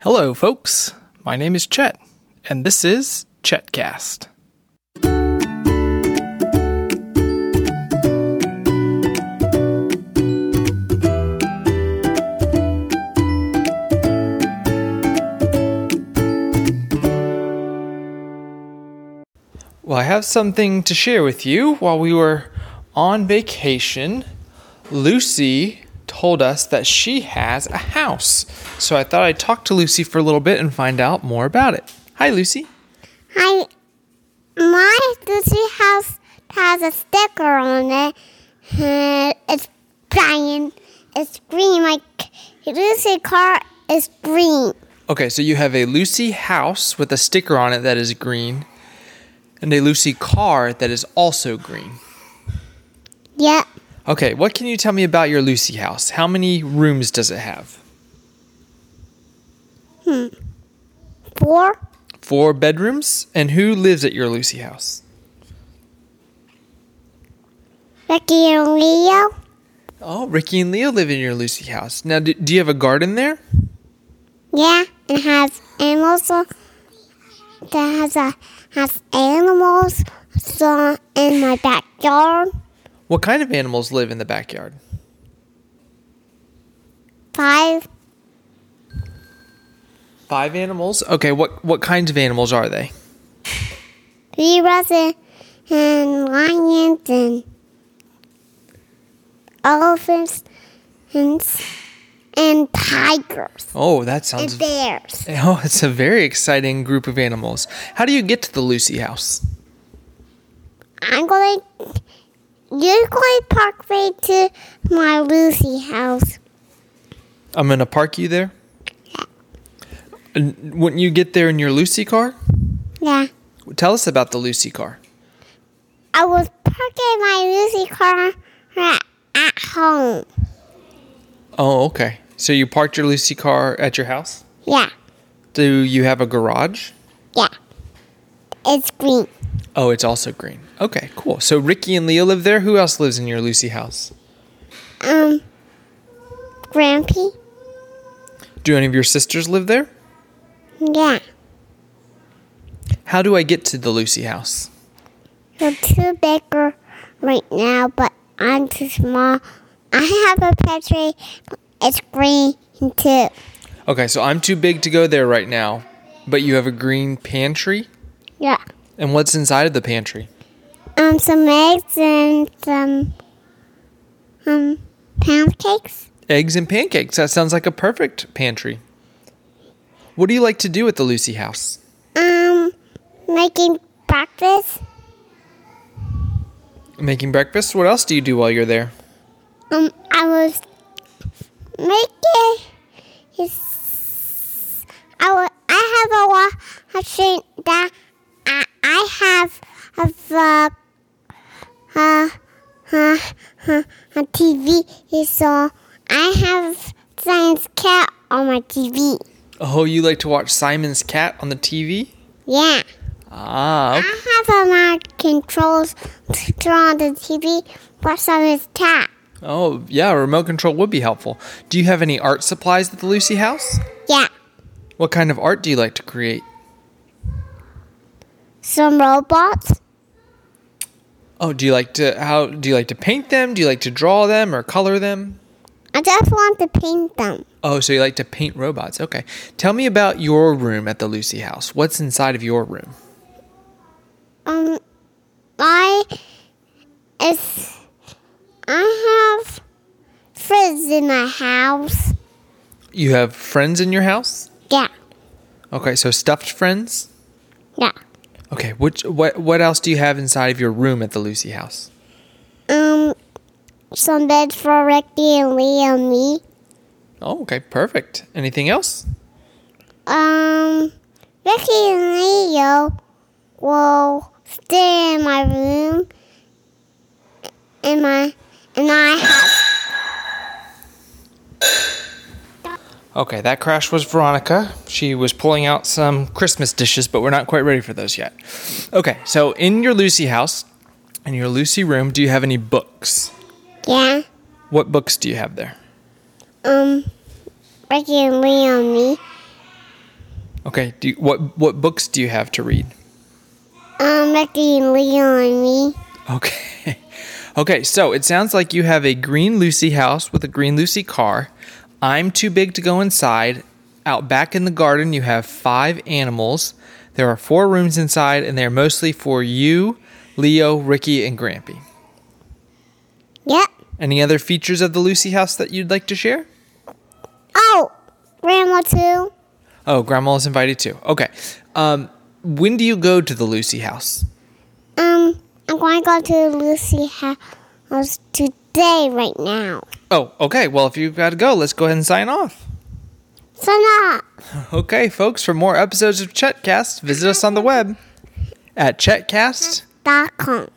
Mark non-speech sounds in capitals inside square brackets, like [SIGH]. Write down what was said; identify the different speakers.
Speaker 1: Hello, folks. My name is Chet, and this is Chetcast. Well, I have something to share with you. While we were on vacation, Lucy told us that she has a house. So I thought I'd talk to Lucy for a little bit and find out more about it. Hi, Lucy.
Speaker 2: I my Lucy house has a sticker on it. And it's Brian. It's green. My Lucy car is green.
Speaker 1: Okay, so you have a Lucy house with a sticker on it that is green and a Lucy car that is also green.
Speaker 2: Yep.
Speaker 1: Okay, what can you tell me about your Lucy house? How many rooms does it have?
Speaker 2: Four.
Speaker 1: Four bedrooms? And who lives at your Lucy house?
Speaker 2: Ricky and Leo.
Speaker 1: Oh, Ricky and Leah live in your Lucy house. Now, do, do you have a garden there?
Speaker 2: Yeah. And has and also that has a has animals so in my backyard.
Speaker 1: What kind of animals live in the backyard?
Speaker 2: Five.
Speaker 1: Five animals. Okay, what what kinds of animals are they?
Speaker 2: zebras and, and lions and elephants and, s- and tigers
Speaker 1: Oh, that
Speaker 2: and
Speaker 1: sounds
Speaker 2: bears.
Speaker 1: [LAUGHS] Oh, it's a very exciting group of animals. How do you get to the Lucy house?
Speaker 2: I'm going to usually park right to my Lucy house.
Speaker 1: I'm going to park you there. And Wouldn't you get there in your Lucy car?
Speaker 2: Yeah.
Speaker 1: Tell us about the Lucy car.
Speaker 2: I was parking my Lucy car at, at home.
Speaker 1: Oh, okay. So you parked your Lucy car at your house?
Speaker 2: Yeah.
Speaker 1: Do you have a garage?
Speaker 2: Yeah. It's green.
Speaker 1: Oh, it's also green. Okay, cool. So Ricky and Leah live there. Who else lives in your Lucy house?
Speaker 2: Um, Grampy?
Speaker 1: Do any of your sisters live there?
Speaker 2: Yeah.
Speaker 1: How do I get to the Lucy house?
Speaker 2: You're too bigger right now, but I'm too small. I have a pet tree. It's green too.
Speaker 1: Okay, so I'm too big to go there right now, but you have a green pantry?
Speaker 2: Yeah.
Speaker 1: And what's inside of the pantry?
Speaker 2: Um, some eggs and some um pancakes.
Speaker 1: Eggs and pancakes. That sounds like a perfect pantry. What do you like to do at the Lucy house?
Speaker 2: Um, making breakfast.
Speaker 1: Making breakfast? What else do you do while you're there?
Speaker 2: Um, I was making. his- I wa- I have a wa- a thing that I I have of a uh, uh, uh, a TV so I have science cat on my TV.
Speaker 1: Oh, you like to watch Simon's Cat on the TV?
Speaker 2: Yeah.
Speaker 1: Ah,
Speaker 2: I have all my controls to turn on the TV, but some is cat.
Speaker 1: oh, yeah, a remote control would be helpful. Do you have any art supplies at the Lucy house?
Speaker 2: Yeah.
Speaker 1: What kind of art do you like to create?
Speaker 2: Some robots.
Speaker 1: Oh, do you like to how do you like to paint them? Do you like to draw them or color them?
Speaker 2: I just want to paint them.
Speaker 1: Oh, so you like to paint robots. Okay. Tell me about your room at the Lucy house. What's inside of your room?
Speaker 2: Um, I is I have friends in my house.
Speaker 1: You have friends in your house?
Speaker 2: Yeah,
Speaker 1: Okay, so stuffed friends?
Speaker 2: yeah.
Speaker 1: Okay, which what what else do you have inside of your room at the Lucy house?
Speaker 2: Um, some beds for Ricky and Lee and me.
Speaker 1: Oh, okay, perfect. Anything else?
Speaker 2: Um, Ricky and Leo will stay in my room. In my and I have
Speaker 1: Okay, that crash was Veronica. She was pulling out some Christmas dishes, but we're not quite ready for those yet. Okay, so in your Lucy house, in your Lucy room, do you have any books?
Speaker 2: yeah.
Speaker 1: What books do you have there?
Speaker 2: Um, Ricky and Lee and me
Speaker 1: Okay. Do you, what what books do you have to read?
Speaker 2: Um, Lucky and Leo and me.
Speaker 1: Okay. [LAUGHS] Okay, so it sounds like you have a green Lucy house with a green Lucy car. I'm too big to go inside. Out back in the garden, you have five animals. There are four rooms inside, and they're mostly for you, Leo, Ricky, and Grampy.
Speaker 2: Yep.
Speaker 1: Any other features of the Lucy house that you'd like to share?
Speaker 2: Oh, Grandma too.
Speaker 1: Oh, Grandma is invited too. Okay. Um, when do you go to the Lucy house?
Speaker 2: Um, I'm going to go to Lucy house today right now.
Speaker 1: Oh, okay. Well, if you've got to go, let's go ahead and sign off.
Speaker 2: So now,
Speaker 1: Okay, folks, for more episodes of Chetcast, visit us on the web at Chetcast.com.
Speaker 2: dot com.